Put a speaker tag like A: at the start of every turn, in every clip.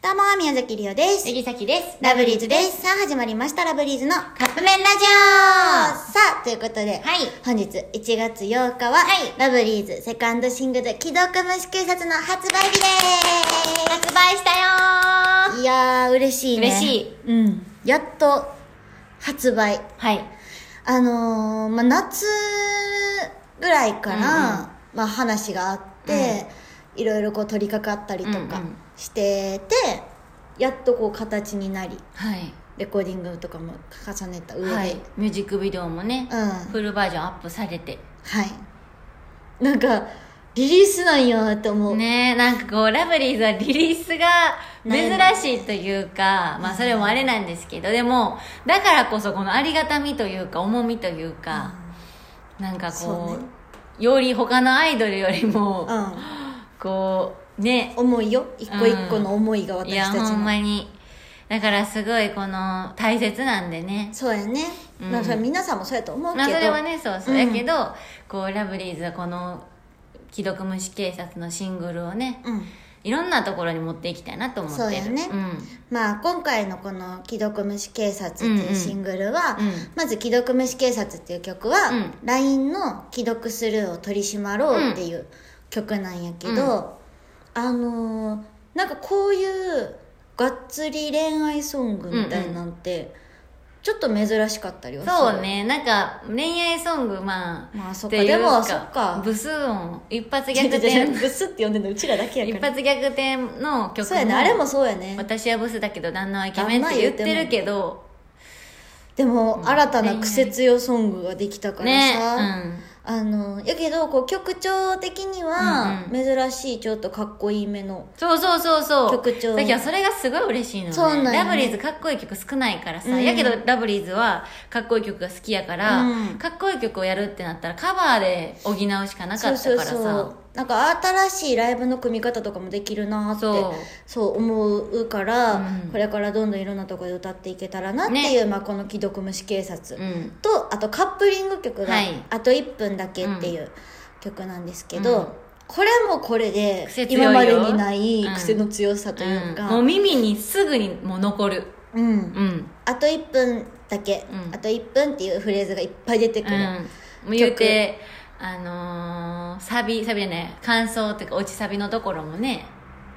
A: どうも、宮崎りおです。
B: 杉崎です。
A: ラブリーズです。さあ、始まりました、ラブリーズの。
B: カップ麺ラジ
A: さあ、ということで、
B: オはい。
A: 本日1月8日は、
B: はい
A: ラブリーズセカンドシングル、既読無視警察の発売日で
B: 発売したよー
A: す。いやー、嬉しいね。
B: 嬉しい。
A: うん。やっと、発売。
B: はい。
A: あのー、まあ、夏ぐらいから、
B: うんうん
A: まあ、話があって、いろいろこう取り掛かったりとか
B: うんうん
A: してて、やっとこう形になり、
B: はい。
A: レコーディングとかも重ねた上で、
B: はい。ミュージックビデオもね
A: う、んは
B: フルバージョンアップされて。
A: いなんかリリースなんやと思う、
B: ねえ、なんかこう、ラブリーズはリリースが珍しいというか、まあそれもあれなんですけど、でも、だからこそこのありがたみというか、重みというか、なんか
A: そ
B: こ
A: うね
B: う、より他のアイドルよりも
A: う、ん、
B: こう、ね、
A: 思いよ一個一個の思いが
B: いや、
A: 私たち
B: ほん
A: の、
B: まに。だからすごいこの、大切なんでね。
A: そうやね、
B: うん
A: まあそれ皆さんもそうやと思うけ
B: まあ
A: ど、
B: それはねそうそう、
A: うん
B: やけどこうラブリーズはこの「既読無視警察」のシングルをね
A: うん
B: いろんなところに持っていきたいなと思ってる
A: そうやね
B: うん
A: まあ今回のこの「既読無視警察」って
B: ん
A: いううんうシングルは、
B: うん
A: まず「既読無視警察」っていう曲は、
B: うん
A: LINE の「既読スルーを取り締まろう」っていう曲なんやけど、あのーなんかこういうがっつり恋愛ソングみたいなんてちょっと珍しかったりはする
B: そう、ねなんか恋愛ソングまあ
A: まあそっ
B: っ
A: か
B: てい
A: で
B: う
A: もそっか
B: ブス音一発
A: 違う
B: 逆
A: 違う違
B: 転
A: うグスって呼んでるのうちらだけや
B: 一
A: から
B: 発逆転の曲
A: そうやねあれもそうやね
B: 私はブスだけど旦那はイケメンって言ってるけど
A: でも新たな
B: 恋愛
A: クセ強ソングができたからさ、
B: ねうん
A: あのやけどこう曲調的には
B: う
A: 珍しいちょっとかっこいいめの、
B: そうそうそうそう
A: 曲調
B: だけどそれがすごい嬉しいのね
A: そうなんよね
B: ラブリーズかっこいい曲少ないからさ、
A: うん
B: やけどラブリーズはかっこいい曲が好きやから、
A: うん
B: かっこいい曲をやるってなったらカバーで補うしかなかったか
A: そう
B: らさ
A: そうそうなんか新しいライブの組み方とかもできるなって
B: そう
A: そう思うから、
B: うん
A: これからどんどんいろんなところで歌っていけたらなっていう、まあ、この「既読無視警察」
B: うん
A: とあとカップリング曲が
B: はい
A: 「あと1分だけ」っていう曲なんですけど、
B: うん
A: これもこれで
B: 癖強い
A: 今
B: よ
A: までにない
B: うん
A: 癖の強さという
B: うん
A: か、
B: もう耳にすぐにもう残る
A: うん
B: うん
A: あと1分だけ、
B: うん
A: あと1分っていうフレーズがいっぱい出てくる、
B: うん、もう言うてあのー、サビサビじゃない感想っていうか落ちサビのところもね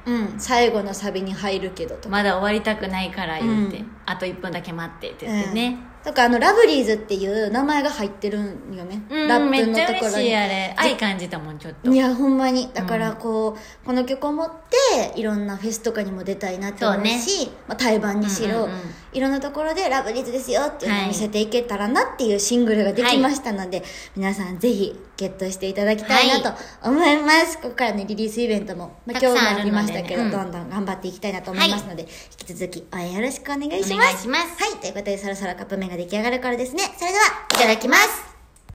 A: うん最後のサビに入るけどとか、
B: まだ終わりたくないから言うて、
A: うん
B: あと1分だけ待ってって言ってね、
A: とかあのラブリーズっていう名前が入ってるんよね、
B: うん、
A: ラップ
B: めっ
A: の
B: ちゃ
A: とこ
B: 嬉
A: ろ
B: し
A: に
B: いあれ愛感じたもんちょっと
A: いやほんまにだからこう、この曲を持っていろんなフェスとかにも出たいなって思うしまあ、対バンにしろ、
B: うんうんうん
A: いろんなところで「ラブリーズですよ」っていうのを見せていけたらなっていうシングルができましたので、皆さんぜひゲットしていただきたいなと思います、ここからねリリースイベントも、まあ、
B: た
A: 今
B: く
A: 日
B: さん
A: もありましたけど、
B: あるので
A: ど
B: ねうん
A: んどん頑張っていきたいなと思いますので、引き続き応援よろしくお願いし
B: お
A: ま
B: 願い
A: す
B: します
A: はいということでそろそろカップ麺が出来上がるからですねそれではいただきます